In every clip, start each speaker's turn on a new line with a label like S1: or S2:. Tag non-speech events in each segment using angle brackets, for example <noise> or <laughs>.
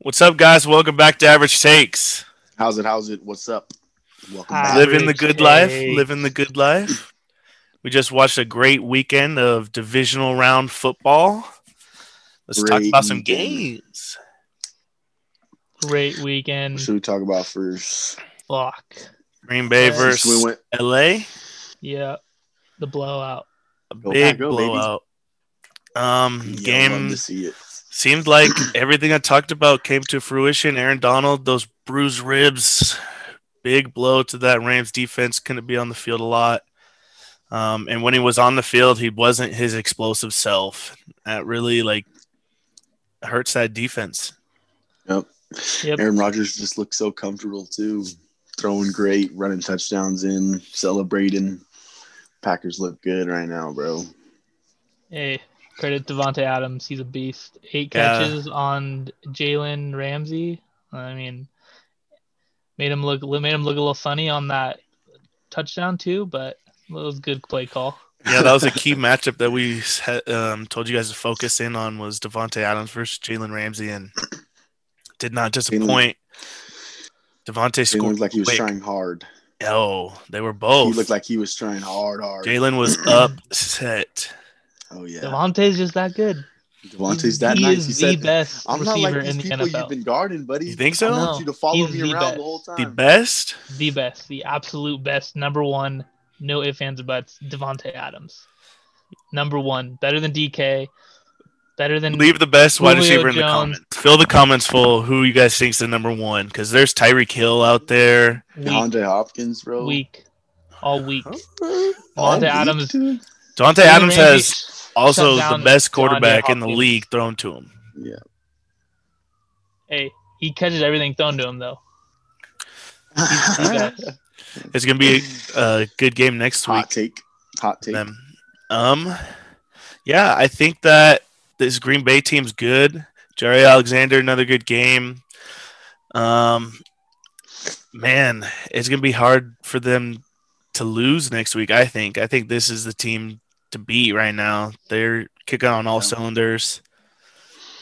S1: What's up, guys? Welcome back to Average Takes.
S2: How's it? How's it? What's up? Welcome
S3: Hi.
S2: back.
S1: Living the
S3: Average
S1: good life.
S3: Takes.
S1: Living the good life. We just watched a great weekend of divisional round football. Let's talk
S2: Great
S1: about some
S2: weekend.
S1: games.
S3: Great
S2: What
S3: weekend.
S2: should we talk about first?
S3: Fuck.
S1: Green Bay
S3: Since
S2: Since we
S1: versus
S2: went
S1: LA.
S3: Yeah. The blowout.
S1: A
S2: Go
S1: big
S2: Pack, go, baby.
S1: blowout. Um,
S2: yeah, I'd love
S1: game
S2: to see it.
S1: seemed like everything I talked about came to fruition. Aaron Donald, those bruised ribs, big blow to that Rams defense. Couldn't be on the field a lot. Um, and when he was on the field, he wasn't his explosive self. That really like hurts that defense.
S2: Yep.
S3: Yep.
S2: Aaron Rodgers just looks so comfortable too, throwing great, running touchdowns in, celebrating. Packers look good right now, bro.
S3: Hey, credit Devonte Adams. He's a beast. Eight
S1: Yeah.
S3: catches on Jalen Ramsey. I mean, made him look made him look a little funny on that touchdown too, but it was a good play call.
S1: Yeah, that was a
S2: <laughs>
S1: key matchup that we had, um, told you guys to focus in on was Devonte Adams versus Jalen Ramsey, and did not disappoint. Devonte
S2: He
S1: scored.
S2: looked like he was
S1: quick.
S2: trying hard.
S1: Oh, they were both.
S2: He looked like he was trying hard, hard.
S1: Jalen was upset.
S2: oh yeah,
S3: Devontae's just that good.
S2: Devontae's that
S3: he
S2: nice.
S3: is
S2: He
S3: the
S2: said,
S3: best
S2: "I'm not
S3: receiver
S2: like these
S3: in the
S2: people you've
S3: NFL.
S2: been guarding, buddy.
S1: You think
S2: I
S1: so?
S2: want you to follow
S3: he's
S2: me
S3: the
S2: around
S3: best.
S2: the whole
S1: The
S2: time."
S1: best?
S3: The best, the absolute best, number one, no ifs, ands, or buts, Devonte Adams. Number one, better than DK, better than
S1: Leave the best wide
S3: Julio
S1: receiver in the
S3: Jones.
S1: comments. Fill the comments full who you guys think's the number one because there's Tyreek Hill out there.
S3: week,
S2: DeAndre Hopkins, bro.
S3: week, all week.
S2: All
S3: Devontae
S2: week,
S3: Adams-
S2: dude?
S1: Devontae
S3: Jalen
S1: Adams has
S3: Ramsey-
S1: also
S3: shut
S1: the
S3: down
S1: best quarterback
S3: DeAndre
S1: in the
S3: Hopkins.
S1: league thrown to him.
S2: Yeah.
S3: Hey, he catches everything thrown to him though. He's the best.
S1: It's gonna be a, a good game next week.
S2: Hot take. Hot take.
S1: Them. Um, yeah, I think that this Green Bay team's good. Jerry Alexander, another good game. Um, man, it's gonna be hard for them to lose next week. I think. I think this is the team to beat right now. They're kicking on all
S2: Yeah.
S1: cylinders.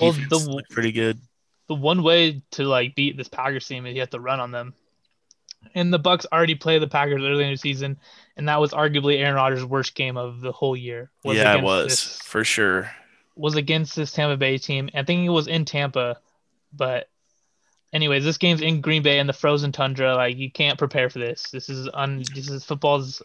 S3: Well,
S1: Defense
S3: the-
S1: looked pretty good.
S3: the one way to like beat this Packers team is you have to run on them. And the Bucks already played the Packers early in the season, and that was arguably Aaron Rodgers' worst game of the whole year.
S1: yeah, it
S3: against
S1: was
S3: this-
S1: for sure.
S3: was against this Tampa Bay team. I think it was in Tampa, but anyways, this game's in Green Bay in the frozen tundra. Like you can't prepare for this. This is un. This is football's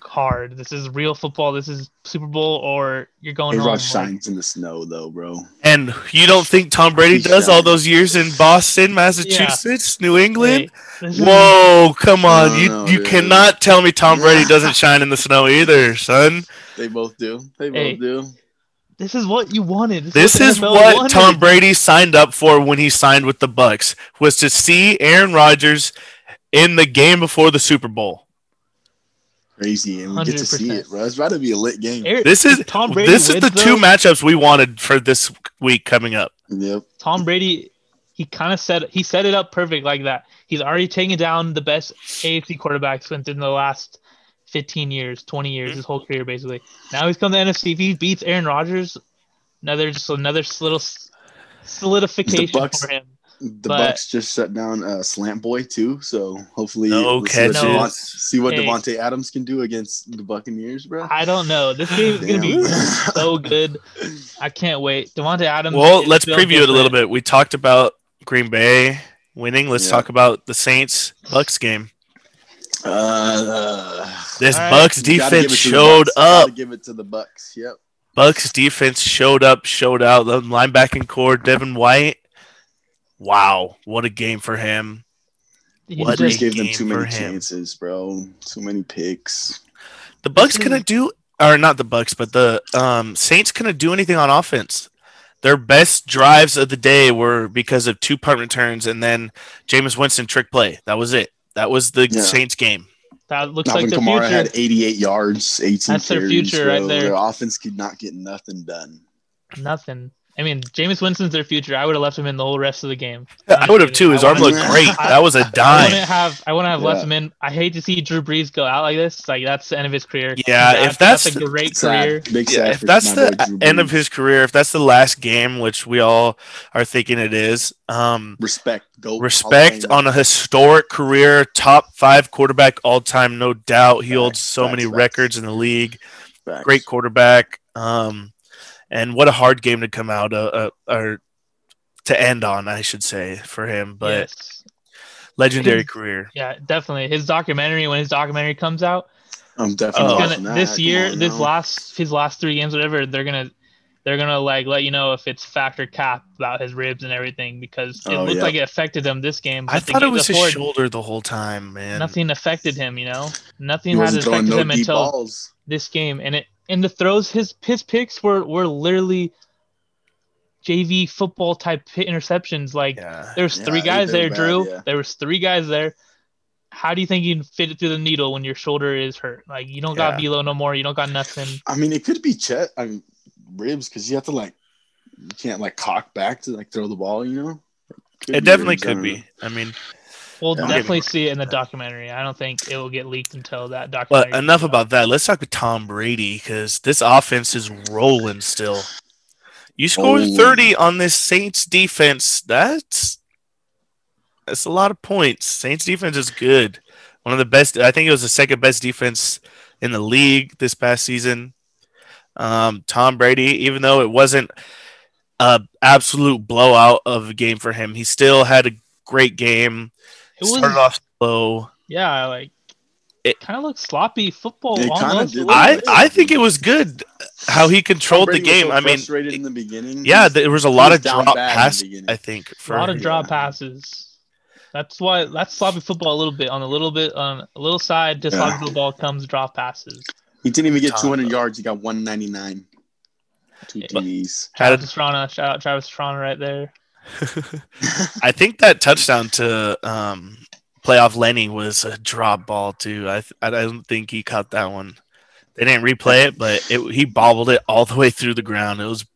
S3: hard. This is real football. This is Super Bowl, or you're going
S2: A
S3: home.
S2: Rod
S3: Like,
S2: shines in the snow, though, bro.
S1: And you don't think Tom Brady
S2: He's
S1: does all
S2: done.
S1: those years in Boston, Massachusetts, New England?
S3: wait, this is-
S1: Whoa, come on.
S2: No,
S1: you
S2: no,
S1: you
S2: dude.
S1: cannot tell me Tom Brady doesn't shine in the snow either, son.
S2: They both do. They both
S3: Hey.
S2: do.
S3: This is what you wanted.
S1: This
S3: the
S1: is
S3: NFL
S1: what
S3: wanted.
S1: Tom Brady signed up for when he signed with the Bucks was to see Aaron Rodgers in the game before the Super Bowl.
S2: Crazy, and we get to see
S3: 100%.
S2: it, bro. It's about to be a lit game.
S3: Aaron-
S1: This is
S3: if Tom Brady.
S1: this is the
S3: wins
S1: two
S3: those-
S1: matchups we wanted for this week coming up.
S2: Yep.
S3: Tom Brady, he kind of set he set it up perfect like that. He's already taken down the best AFC quarterbacks within the last 15 years, 20
S1: Mm-hmm.
S3: years, his whole career basically. Now he's come to NFC. If he beats Aaron Rodgers, another just another s- little s-
S2: The
S3: solidification
S2: Bucks-
S3: for him.
S2: The
S3: But-
S2: Bucks just shut down uh, Slant Boy too, so hopefully
S1: No
S2: See what,
S3: catches.
S2: Devont- see what
S3: Hey.
S2: Devontae Adams can do against the Buccaneers, bro.
S3: I don't know. This game is gonna
S2: <laughs>
S3: be
S2: Damn.
S3: so good. I can't wait. Devontae Adams.
S1: Well,
S3: is
S1: let's
S3: still
S1: preview it a little
S3: different.
S1: bit. We talked about Green Bay winning. Let's
S2: Yeah.
S1: talk about the Saints Bucks game.
S2: Uh,
S1: This
S3: All right.
S1: Bucks
S2: you
S1: defense
S2: gotta give it to the
S1: showed
S2: Bucks.
S1: up.
S2: Gotta give it to the Bucks. Yep.
S1: Bucks defense showed up, showed out. The linebacking core, Devin White. Wow, what a game for him!
S3: He's
S1: What
S2: They
S1: a
S2: just
S3: just-
S2: gave them
S1: game
S2: too
S1: for
S2: many
S1: him.
S2: chances, bro. Too many picks.
S1: The Bucks
S3: Mhm.
S1: couldn't do, or not the Bucks, but the um, Saints couldn't do anything on offense. Their best drives of the day were because of two punt returns and then Jameis Winston trick play. That was it. That was the
S2: Yeah.
S1: Saints game.
S3: that looks
S2: Alvin
S3: like their
S2: Kamara
S3: future.
S2: had 88 yards, 18
S3: That's their
S2: carries,
S3: future
S2: bro.
S3: right there.
S2: Their offense could not get nothing done.
S3: Nothing. I mean, Jameis Winston's their future. I would have left him in the whole rest of the game.
S1: I would have too. His
S3: I
S1: arm
S3: wouldn't-
S1: looked great. That was a
S3: I
S1: dime.
S3: <laughs> wouldn't have. I wouldn't have left
S2: Yeah.
S3: him in. I hate to see Drew Brees go out like this. Like that's the end of his career.
S1: Yeah, if that's
S3: a
S1: the-
S3: great
S2: Sad.
S3: career.
S2: Big sad
S1: Yeah, if
S2: for
S1: that's
S2: my
S1: the
S2: boy Drew
S1: end of
S2: Brees.
S1: his career, if that's the last game, which we all are thinking it is, um,
S2: respect, go
S1: respect
S2: Hall
S1: on
S2: of
S1: a historic career, top five quarterback all time, no doubt. He holds
S2: Facts,
S1: so
S2: facts,
S1: many
S2: facts.
S1: records in the league.
S2: Famer. Facts.
S1: Great quarterback. Um, and what a hard game to come out uh, uh, or to end on, I should say, for him. But
S3: Yes.
S1: legendary career.
S3: Yeah, definitely. His documentary. When his documentary comes out,
S2: I'm
S1: Oh.
S2: definitely
S3: he's
S2: watching
S3: gonna,
S2: that.
S3: this
S2: Come
S3: year,
S2: on
S3: this
S2: now.
S3: last his last three games, whatever, they're gonna they're gonna like let you know if it's factor cap about his ribs and everything because it
S2: Oh,
S3: looked
S2: yeah.
S3: like it affected him this game.
S1: I
S3: but the
S1: thought it
S3: game
S1: was his
S3: before,
S1: shoulder the whole time, man.
S3: Nothing affected him, you know.
S2: he
S3: Nothing had
S2: wasn't throwing
S3: affected
S2: no
S3: him
S2: deep
S3: until
S2: balls.
S3: this game, and it and the throws his his picks were were literally JV football type hit interceptions. Like
S1: Yeah.
S3: there's
S2: Yeah,
S3: three
S2: they-
S3: guys
S2: they were
S3: there,
S2: bad,
S3: Drew.
S2: yeah.
S3: There was three guys there. How do you think you can fit it through the needle when your shoulder is hurt? Like you don't got
S1: Yeah.
S3: below no more. You don't got nothing.
S2: I mean, it could be chest, I mean, ribs, because you have to like, you can't like cock back to like throw the ball, you know. Could
S1: It
S2: be
S1: definitely
S2: ribs, I
S1: could
S2: don't know.
S1: be. I mean,
S3: We'll
S2: Yeah.
S3: definitely see it in the documentary. I don't think it will get leaked until that documentary.
S1: But enough
S3: comes out.
S1: about that. Let's talk with Tom Brady because this offense is rolling still. You scored
S2: Rolling.
S1: 30 on this Saints defense. That's that's a lot of points. Saints defense is good. One of the best. I think it was the second best defense in the league this past season. Um, Tom Brady, even though it wasn't a absolute blowout of a game for him, he still had a great game.
S3: It was
S1: Started off slow.
S3: yeah, like
S1: It-
S3: it kind of looked sloppy football.
S2: It kinda
S3: almost.
S2: did.
S1: I, I think it was good how he controlled the
S2: Brady was
S1: game.
S2: so
S1: I mean,
S2: frustrated in the beginning.
S1: yeah,
S2: He was-
S1: there was a
S2: he
S1: lot
S2: was
S1: of
S2: down
S1: drop
S2: bad in the
S1: pass.
S2: beginning.
S1: I think
S3: a
S1: for
S3: lot of
S2: yeah.
S3: drop passes. That's why that's sloppy football a little bit on a little bit on a little side to sloppy
S2: Yeah.
S3: football comes drop passes.
S2: he didn't even get
S1: Tom,
S2: 200
S1: though.
S2: yards. He got 199. Two
S3: Eh, But-
S2: TDs.
S3: <laughs>
S1: Had-
S3: Travis Strana, shout out Travis Strana right there.
S1: I think that touchdown to um, playoff Lenny was a drop ball too. I th- I don't think he caught that one. They didn't replay it, but it, he bobbled it all the way through the ground. It was it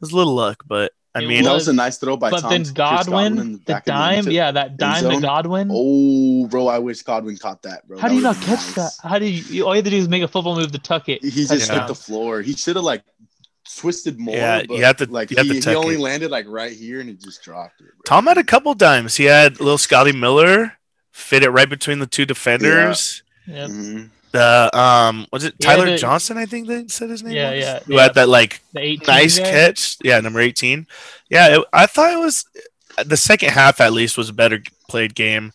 S1: was a little luck, but I
S3: It
S1: mean,
S2: that
S3: was-
S2: was a nice throw by
S3: But
S2: Tom
S3: then
S2: Chris
S3: Godwin,
S2: in
S3: the
S2: back of end
S3: dime,
S2: zone.
S3: yeah, that dime to
S2: zone.
S3: Godwin.
S2: Oh, bro, I wish Godwin caught that, bro. That
S3: How do you not
S2: would've been
S3: catch that?
S2: nice.
S3: How do you, you? All you have to do is make a football move to tuck it.
S2: He just
S1: Touchdown.
S2: hit the floor. He should have like twisted more.
S1: Yeah,
S2: but,
S1: you have to-
S2: Like
S1: you have
S2: he,
S1: to
S2: he
S1: tuck
S2: only
S1: it.
S2: landed like right here, and he just dropped it. Bro.
S1: Tom had a couple dimes. He had little Scotty Miller fit it right between the two defenders.
S3: Yeah,
S2: Mhm.
S1: The um, was it
S3: He had
S1: Tyler
S3: a-
S1: Johnson? I think they said his name.
S3: yeah,
S1: was?
S3: yeah.
S1: Who had that like
S3: The 18
S1: nice
S3: guy.
S1: catch. Yeah, number 18. Yeah, it, I thought it was the second half at least was a better played game,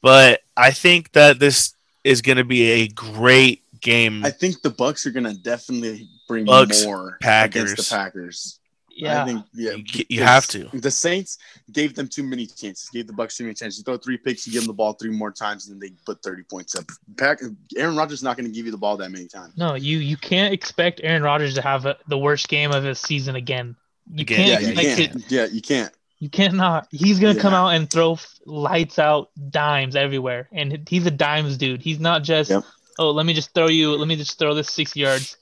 S1: but I think that this is going to be a great game.
S2: I think the Bucks are gonna definitely bring
S1: Bucks,
S2: more
S1: Packers.
S2: against the Packers.
S3: Yeah,
S2: I think yeah,
S1: You ca- you have
S2: because
S1: to.
S2: The Saints gave them too many chances. Gave the Bucks too many chances. You throw three picks, you give them the ball three more times, and then they put thirty points up. Pack, Aaron Rodgers is not going to give you the ball that many times.
S3: No, you you can't expect Aaron Rodgers to have a, the worst game of his season again. You
S1: Again.
S2: Yeah,
S3: can't
S2: you
S3: expect
S2: can't.
S3: it.
S2: Yeah, you can't.
S3: You cannot. He's gonna come
S2: Yeah.
S3: out and throw f- lights out dimes everywhere, and he's a dimes dude. He's not just
S2: Yep.
S3: oh let me just throw you let me just throw this six yards.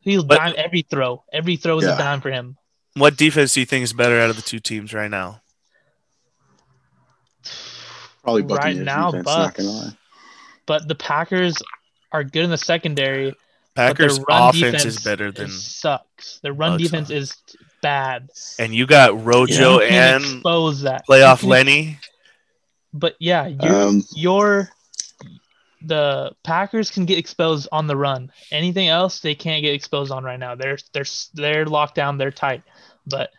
S3: He'll
S1: But-
S3: dime every throw. Every throw is
S2: Yeah.
S3: a dime for him.
S1: What defense do you think is better out of the two teams right now?
S2: Probably
S3: Right
S2: Buccaneers
S3: now,
S2: defense, not
S3: Bucks.
S2: gonna lie.
S3: But the Packers are good in the secondary. but their
S1: Packers
S3: run
S1: offense
S3: defense
S1: is better than
S3: sucks. Their run
S1: Bucks
S3: defense is bad.
S1: and you got Rojo
S3: You <laughs>
S1: and
S3: can't expose that You <laughs>
S1: playoff
S3: can't-
S1: Lenny.
S3: But yeah, you
S2: Um,
S3: your the Packers can get exposed on the run. Anything else they can't get exposed on right now. They're they're they're locked down. They're tight. But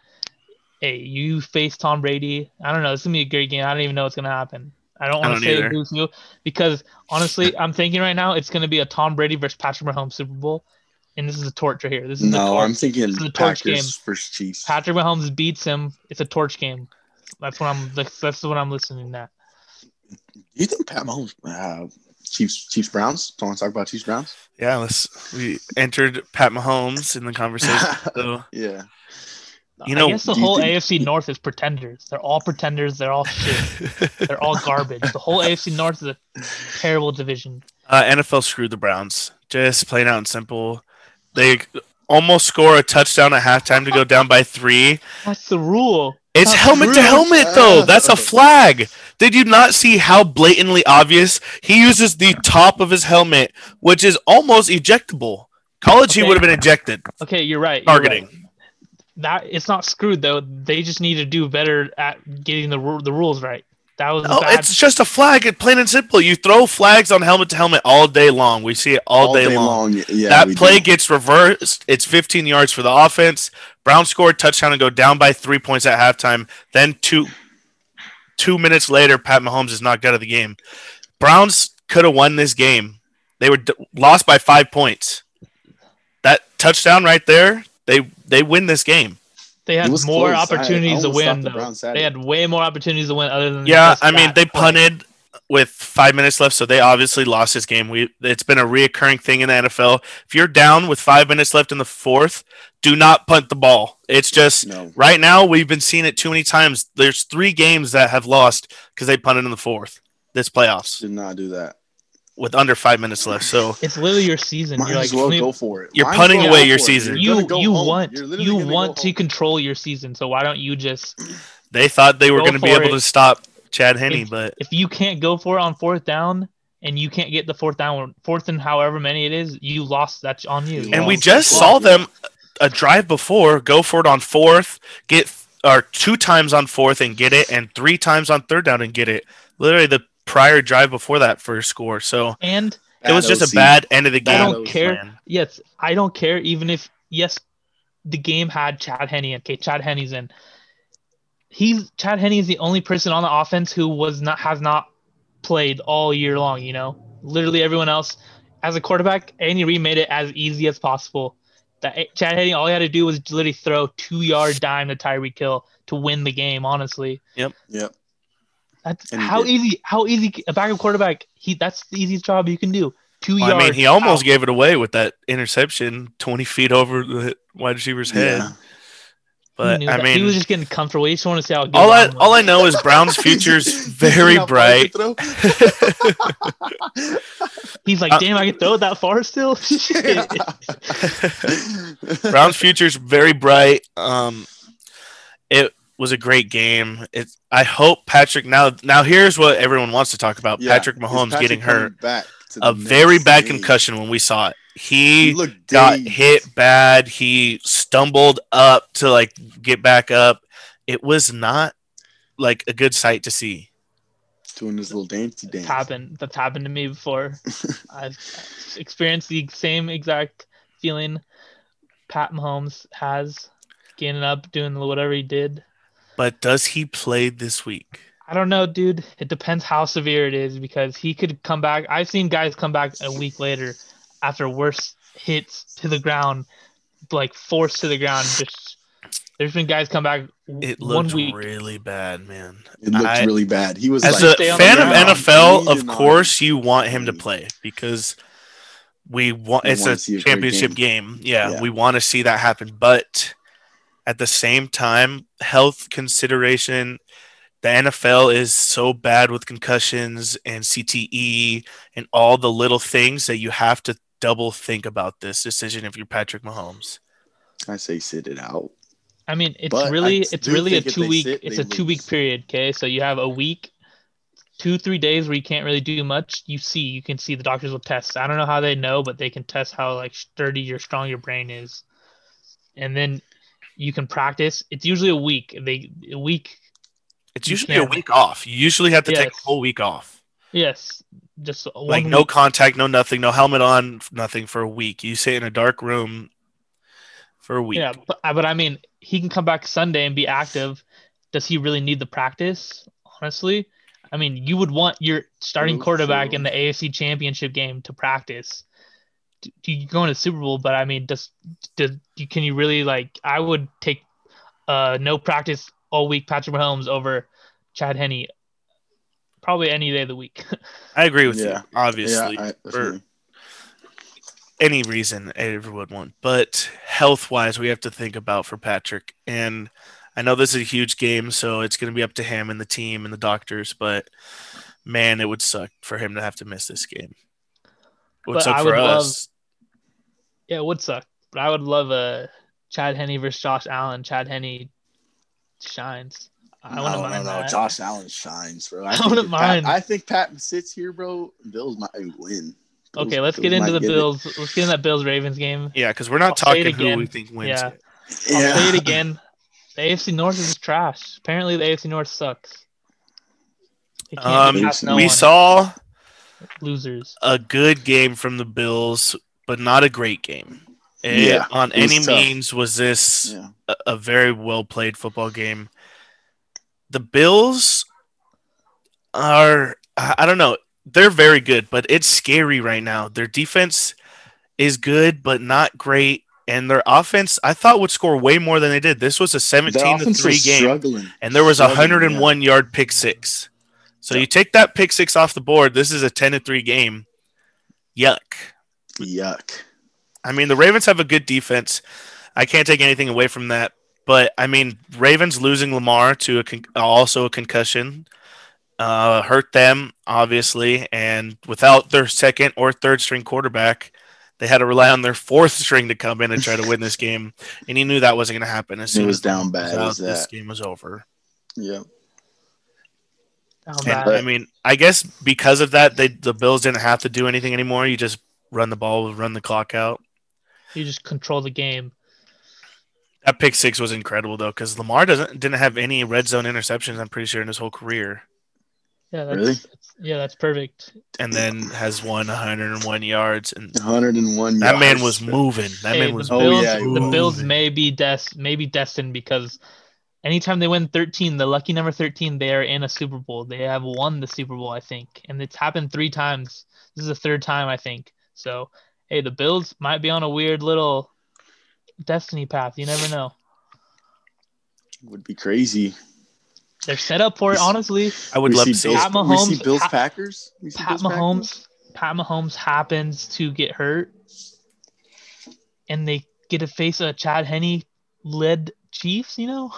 S3: hey, you face Tom Brady. I don't know. This is gonna be a great game. I don't even know what's gonna happen. I don't
S1: I
S3: want
S1: don't
S3: to say
S1: either.
S3: who's who because
S1: <laughs>
S3: honestly, I'm thinking right now it's gonna be a Tom Brady versus Patrick Mahomes Super Bowl, and this is a torture here. This is a
S2: no,
S3: torture.
S2: I'm thinking
S3: is a
S2: Packers
S3: torch game.
S2: versus Chiefs.
S3: Patrick Mahomes beats him. It's a torch game. That's what I'm. That's, that's what I'm listening to.
S2: Do you think Pat Mahomes? Uh, Chiefs, Chiefs, Browns. Don't want to talk about Chiefs, Browns.
S1: Yeah, let's, we entered Pat Mahomes in the conversation. So
S2: <laughs> yeah,
S1: You know,
S3: I guess the
S2: do you
S3: whole
S2: think-
S3: AFC North is pretenders. They're all pretenders. They're all shit. They're all garbage. The whole AFC North is a terrible division.
S1: Uh, NFL screwed the Browns. Just plain out and simple. They almost score a touchdown at halftime to go down by three.
S3: That's the rule.
S1: It's
S3: That's
S1: helmet to
S3: rude.
S1: helmet though.
S2: Ah.
S1: That's a flag. Did you not see how blatantly obvious he uses the top of his helmet, which is almost ejectable? College, he
S3: Okay.
S1: would have been ejected.
S3: Okay, you're right. you're
S1: Targeting.
S3: right. That it's not screwed though. They just need to do better at getting the ru- the rules right. That was
S2: Oh,
S1: No,
S3: bad.
S1: it's just a flag. It plain and simple. You throw flags on helmet to helmet all day long. We see it all, day, long.
S2: Yeah, we
S1: that
S2: do.
S1: play gets reversed. It's 15 yards for the offense. Brown scored touchdown and go down by three points at halftime. Then two two minutes later, Pat Mahomes is knocked out of the game. Browns could have won this game. They were d- lost by five points. That touchdown right there, they they win this game.
S3: they
S2: It
S3: had
S2: was
S3: more
S2: close. I- I
S3: opportunities to
S2: almost thought
S3: win
S2: the
S3: though.
S2: Browns had
S3: They
S2: it.
S3: had way more opportunities to win other than
S1: Yeah,
S3: just
S1: I mean
S3: that
S1: they
S3: play.
S1: punted with five minutes left, so they obviously lost this game. We it's been a reoccurring thing in the NFL. If you're down with five minutes left in the fourth, do not punt the ball. It's just
S2: No.
S1: Right now, we've been seeing it too many times. There's three games that have lost because they punted in the fourth this playoffs
S2: Did not do that.
S1: with under five minutes left. So
S3: It's literally your season.
S2: Might
S3: you're like
S2: as well
S3: you-
S2: go for it.
S1: you're
S2: Might as
S1: punting
S2: well
S1: away
S2: go
S1: your
S2: for it.
S1: season.
S2: You're
S3: you
S2: gonna go
S3: you
S2: home.
S3: want
S2: You're literally
S3: you
S2: gonna go
S3: want to
S2: home.
S3: control your season. So why don't you just
S1: they thought they were
S3: Go
S1: going to be
S3: for
S1: able
S3: it.
S1: to stop Chad Henney, but
S3: if you can't go for it on fourth down and you can't get the fourth down fourth and however many it is, you lost. That's on you.
S2: You
S1: and we
S2: lost.
S1: just
S2: Well,
S1: saw
S2: yeah.
S1: them a drive before go for it on fourth, get or two times on fourth and get it, and three times on third down and get it. Literally the prior drive before that first score. So
S3: and
S1: it was
S2: Bad
S1: just a
S2: OC.
S1: bad end of the
S2: Bad
S1: game.
S3: I don't
S2: OC.
S3: care.
S1: plan.
S3: Yes, I don't care. Even if yes, the game had Chad Henney. Okay, Chad Henney's in. He's Chad Henney is the only person on the offense who was not has not played all year long. You know, literally everyone else as a quarterback, Andy Reid made it as easy as possible. That eh, Chad Henney, all he had to do was literally throw two yard dime to Tyreek Kill to win the game. Honestly,
S2: Yep.
S3: that's
S2: And he
S3: how
S2: did.
S3: easy. How easy a backup quarterback? He that's the easiest job you can do. Two
S1: Well, I
S3: yards.
S1: mean, he almost
S3: out.
S1: gave it away with that interception 20 feet over the wide receiver's head.
S2: <laughs> Yeah.
S3: He
S1: But
S3: knew
S1: I
S3: that. he
S1: mean,
S3: was just getting comfortable. He just wanted to see how good
S1: all I
S3: Allen was.
S1: all I know is Brown's
S2: <laughs>
S3: <laughs>
S1: future's very
S2: Not far to
S1: bright. <laughs>
S2: throw. <laughs>
S3: He's like,
S1: Uh,
S3: damn, I can throw it that far still. <laughs> Shit.
S2: <laughs>
S1: Brown's future's very bright. Um, it was a great game. It. I hope Patrick. Now, now here's what everyone wants to talk about:
S2: Yeah.
S1: Patrick
S2: Is
S1: Mahomes
S2: Patrick
S1: getting hurt.
S2: coming back to
S1: A
S2: the
S1: very
S2: next
S1: bad
S2: game?
S1: concussion when we saw it.
S2: He
S1: He
S2: looked
S1: got
S2: dazed.
S1: hit bad. He stumbled up to like get back up. It was not like a good sight to see.
S2: doing his little dancey
S3: It's
S2: dance.
S3: happened. That's happened to me before. I've experienced the same exact feeling Pat Mahomes has, getting up, doing whatever he did.
S1: But does he play this week?
S3: I don't know, dude. It depends how severe it is because he could come back. I've seen guys come back a week later after worse hits to the ground, like forced to the ground. Just there's been guys come back w-
S1: It
S3: one
S1: looked
S3: week.
S1: really bad, man.
S2: It looked
S1: I-
S2: really bad. He was
S1: As
S2: like,
S1: a
S3: stay on the
S1: fan of
S3: ground.
S1: NFL,
S2: He did
S1: of
S2: not-
S1: course you want him to play because we want
S2: We
S1: it's
S2: wanna
S1: a
S2: see a great
S1: championship game. Yeah,
S2: Yeah.
S1: we want to see that happen, but at the same time, health consideration the NFL is so bad with concussions and CTE and all the little things that you have to double think about this decision if you're Patrick Mahomes.
S2: I say sit it out.
S3: I mean, it's
S2: But I
S3: really
S2: t-
S3: it's
S2: do
S3: really a
S2: think if they
S3: two week
S2: sit,
S3: it's
S2: they
S3: a two week
S2: lose.
S3: period. Okay, so you have a week, two three days where you can't really do much. You see, you can see the doctors will test. I don't know how they know, but they can test how like sturdy your strong your brain is, and then you can practice. It's usually a week. They a week.
S1: It's
S3: You
S1: usually a
S3: can't-
S1: week off. You usually have to take
S3: Yes.
S1: a whole week off.
S3: Yes, just one
S1: like no
S3: week.
S1: contact, no nothing, no helmet on, f- nothing for a week. You sit in a dark room for a week.
S3: Yeah, but, I- but I mean, he can come back Sunday and be active. Does he really need the practice? Honestly, I mean, you would want your starting
S2: True,
S3: quarterback
S2: true.
S3: in the AFC Championship game to practice. D- Do you go into Super Bowl? But I mean, does does you- can you really like? I would take uh no practice all week Patrick Mahomes over Chad Henney probably any day of the week.
S1: I agree with
S2: Yeah.
S1: you, obviously.
S2: yeah, I,
S1: for any reason everyone want, but health wise, we have to think about for Patrick. And I know this is a huge game, so it's going to be up to him and the team and the doctors. But man, it would suck for him to have to miss this game. It would
S3: But
S1: suck
S3: I
S1: for
S3: would
S1: us.
S3: yeah, it would suck. But I would love a Chad Henney versus Josh Allen. Chad Henney shines. I wouldn't
S2: no, no,
S3: mind
S2: no.
S3: that.
S2: Josh Allen shines,
S3: <laughs>
S2: bro. I, think
S3: wouldn't
S2: if Pat-
S3: mind.
S2: I think Patton sits here, bro. Bills might win. Bills-
S3: okay, let's
S2: Bills
S3: get into
S2: might
S3: the
S2: it.
S3: Bills. Let's get in that Bills Ravens game.
S1: Yeah, because we're not
S3: I'll say it
S1: talking who
S3: again.
S1: we think wins.
S3: Yeah.
S1: yet.
S2: Yeah. <laughs>
S3: I'll say it again. The AFC North is trash. Apparently, the AFC North sucks. They can't
S1: Um,
S3: pass no
S1: we
S3: one.
S1: saw
S3: losers.
S1: a good game from the Bills, but not a great game. It-
S2: Yeah,
S1: on
S2: it was
S1: any
S2: tough.
S1: means, was this
S2: Yeah.
S1: a, a very well played football game? The Bills are, I I don't know, they're very good, but it's scary right now. Their defense is good, but not great. And their offense, I thought, would score way more than they did. This was a 17 to 3 game
S2: struggling.
S1: and there was a
S2: Struggling,
S1: 101 yard pick six. So
S2: Yeah.
S1: you take that pick six off the board. This is a 10 to 3 game. Yuck.
S2: Yuck.
S1: I mean, the Ravens have a good defense. I can't take anything away from that. But I mean, Ravens losing Lamar to a con- also a concussion uh, hurt them obviously, and without their second or third string quarterback, they had to rely on their fourth string to come in and try to win
S2: <laughs>
S1: this game. And he knew that wasn't going to happen. As
S2: It
S1: soon
S2: was
S1: as
S2: down
S1: Lamar was
S2: bad
S1: out,
S2: as
S1: this
S2: that.
S1: game was over.
S2: Yeah.
S3: How
S1: And,
S3: bad.
S1: I mean, I guess because of that, they the Bills didn't have to do anything anymore. You just run the ball, run the clock out.
S3: You just control the game.
S1: That pick six was incredible though, because Lamar doesn't didn't have any red zone interceptions. I'm pretty sure in his whole career,
S3: Yeah, that's,
S2: Really?
S3: that's- yeah, that's perfect.
S1: and then has won 101 yards, and
S2: 101.
S1: that man
S2: yards.
S1: was moving. That
S3: Hey,
S1: man was
S3: the
S2: Oh,
S1: moving.
S3: Bills,
S2: yeah, he
S3: the
S2: was.
S3: Bills may be des- may be destined because anytime they win 13, the lucky number 13, they are in a Super Bowl. They have won the Super Bowl, I think, and it's happened three times. This is the third time, I think. So, hey, the Bills might be on a weird little destiny path. You never know.
S2: Would be crazy.
S3: They're set up for it, honestly.
S1: I would
S2: we
S1: love
S2: see
S1: to see.
S2: Bills,
S1: it.
S3: Pat
S2: We
S3: Mahomes-
S2: see Bills
S3: Pat-
S2: Packers. We see
S3: Pat
S2: Bills Packers?
S3: Mahomes, Pat Mahomes happens to get hurt, and they get to face a Chad Henney led Chiefs. You know,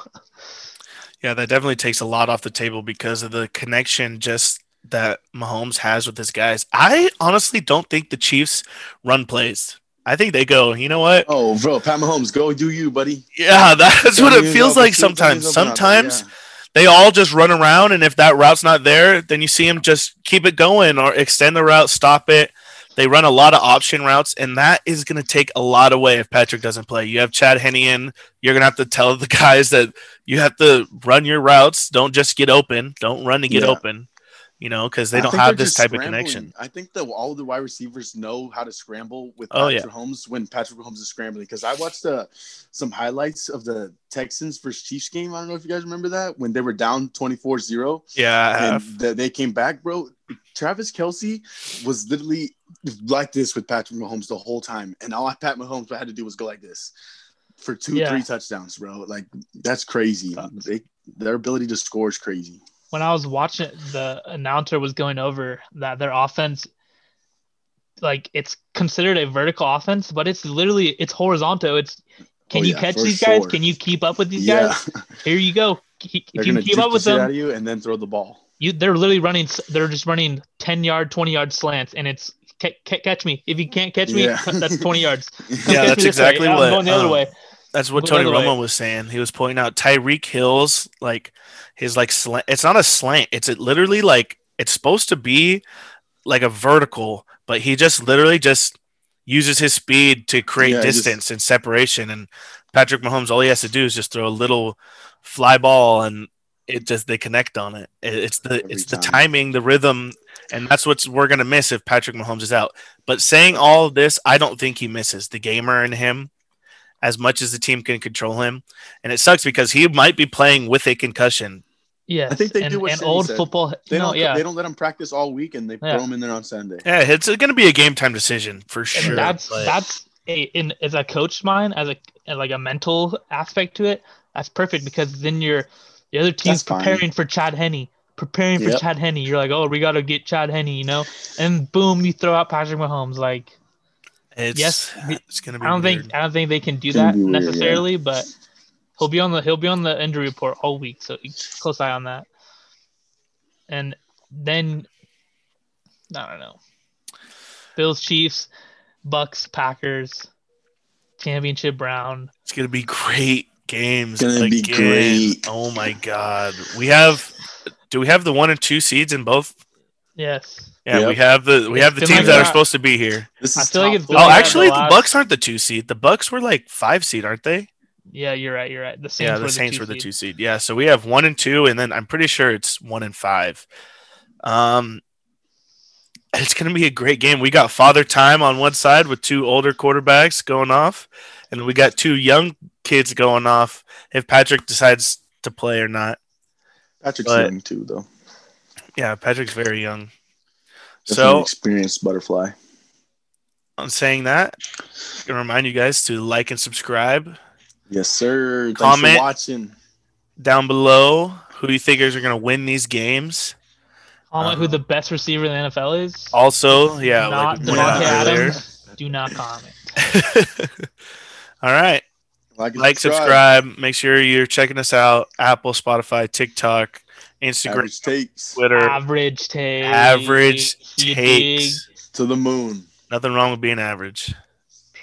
S1: Yeah, that definitely takes a lot off the table because of the connection just that Mahomes has with his guys. I honestly don't think the Chiefs run plays. I think they go. You know what?
S2: Oh, bro, Pat Mahomes, go do you, buddy.
S1: Yeah, <laughs> that's what
S2: Don't
S1: it
S2: use
S1: feels
S2: open
S1: like
S2: field, don't
S1: sometimes.
S2: use open up, yeah.
S1: Sometimes they all just run around, and if that route's not there, then you see them just keep it going or extend the route, stop it. They run a lot of option routes, and that is going to take a lot away if Patrick doesn't play. You have Chad Henne in. You're going to have to tell the <laughs> guys that you have to run your routes. Don't just get open. Don't run to get
S2: Yeah.
S1: open, you know, because they
S2: I
S1: don't
S2: think
S1: have
S2: they're
S1: this
S2: just
S1: type of
S2: scrambling.
S1: connection.
S2: I think that all the wide receivers know how to scramble with
S1: Oh,
S2: Patrick Holmes when Patrick Holmes is scrambling. Because I watched uh, some highlights of the Texans versus Chiefs game. I don't know if you guys remember that when they were down 24 0
S1: Yeah, I
S2: and
S1: have.
S2: th- they came back, bro. Travis Kelsey was literally like this with Patrick Mahomes the whole time. And all Pat Mahomes had to do was go like this for two,
S3: Yeah.
S2: three touchdowns, bro. Like, that's crazy. They, their ability to score is crazy.
S3: when I was watching, it, the announcer was going over that their offense, like it's considered a vertical offense, but it's literally it's horizontal. It's can
S2: Oh,
S3: you
S2: yeah,
S3: catch
S2: for
S3: these guys?
S2: sure.
S3: Can you keep up with these
S2: yeah.
S3: guys? Here you go. He-
S2: They're
S3: If you
S2: gonna
S3: keep
S2: juke
S3: up
S2: the
S3: with
S2: shit out
S3: them,
S2: of you and then throw the ball.
S3: you they're literally running. s- They're just running ten yard, twenty yard slants, and it's ca- ca- catch me. If you can't catch me,
S2: Yeah.
S3: that's
S2: <laughs>
S3: twenty yards. Come
S1: Yeah,
S3: catch
S1: that's
S3: me this way.
S1: exactly
S3: I'm
S1: what,
S3: going the other
S1: um,
S3: way.
S1: That's what
S3: Look
S1: Tony
S3: the other way.
S1: Romo was saying. He was pointing out Tyreek Hill's like his like slant. It's not a slant. It's it literally like it's supposed to be like a vertical, but he just literally just uses his speed to create
S2: Yeah, he just-
S1: distance and separation. And Patrick Mahomes, all he has to do is just throw a little fly ball, and it just they connect on it. It- It's the
S2: Every
S1: it's the
S2: time.
S1: timing, the rhythm, and that's what we're gonna miss if Patrick Mahomes is out. But saying all of this, I don't think he misses the gamer in him as much as the team can control him. And it sucks because he might be playing with a concussion.
S3: Yes,
S2: think they
S3: and,
S2: do what
S3: and
S2: Sidney
S3: old
S2: said.
S3: football.
S2: They
S3: no,
S2: don't.
S3: yeah,
S2: They don't let them practice all week, and they
S3: Yeah.
S2: throw them in there on Sunday.
S1: Yeah, it's going to be a game time decision for
S3: and
S1: sure.
S3: that's
S1: but-
S3: that's a in as a coach mind as a and like a mental aspect to it that's perfect because then you're the other team's
S2: That's fine.
S3: preparing for chad henney preparing for
S2: Yep.
S3: chad henney you're like oh we gotta get chad henney you know and boom you throw out patrick mahomes like
S1: it's,
S3: yes, we-
S1: it's going to be.
S3: i don't
S1: weird.
S3: think i don't think they can do
S2: It's gonna
S3: that
S2: be weird, yeah.
S3: necessarily but he'll be on the he'll be on the injury report all week so close eye on that and then i don't know bills chiefs bucks packers championship round.
S1: It's gonna be great games.
S2: Gonna be
S1: again.
S2: great.
S1: Oh my god. We have do we have the one and two seeds in both?
S3: Yes.
S1: Yeah,
S2: Yep.
S1: we have the we have the
S3: Then we
S1: teams that are
S3: got-
S1: supposed to be here.
S2: This
S3: I
S2: is
S3: feel like
S2: top
S3: it's
S2: four.
S3: Then
S1: Oh,
S3: we got
S1: actually,
S3: the
S1: the
S3: last-
S1: Bucks aren't the two seed. The Bucks were like five seed, aren't they?
S3: Yeah, you're right. You're right. The Saints
S1: yeah,
S3: were
S1: the
S3: the
S1: Saints
S3: two
S1: were the
S3: seed.
S1: two seed. Yeah, so we have one and two, and then I'm pretty sure it's one and five. Um, it's gonna be a great game. We got Father Time on one side with two older quarterbacks going off, and we got two young kids going off. If Patrick decides to play or not,
S2: Patrick's
S1: but-
S2: young too, though.
S1: yeah, Patrick's very young.
S2: Definitely an
S1: So
S2: experienced butterfly.
S1: I'm saying that. Gonna remind you guys to like and subscribe
S2: Yes, sir. Thanks
S1: Comment.
S2: for watching.
S1: down below. Who you think is gonna win these games?
S3: Comment who
S1: Um,
S3: the best receiver in the NFL is.
S1: Also, yeah,
S3: Not
S1: like we
S2: Devontae
S1: pointed out earlier.
S3: Adams. Do not comment.
S1: <laughs> All right.
S2: Like, and
S1: Like, subscribe. Make sure you're checking us out. Apple, Spotify, TikTok, Instagram,
S2: Average takes
S1: Twitter.
S3: Average takes.
S1: Average
S3: You dig?
S1: takes.
S2: to the moon.
S1: Nothing wrong with being average.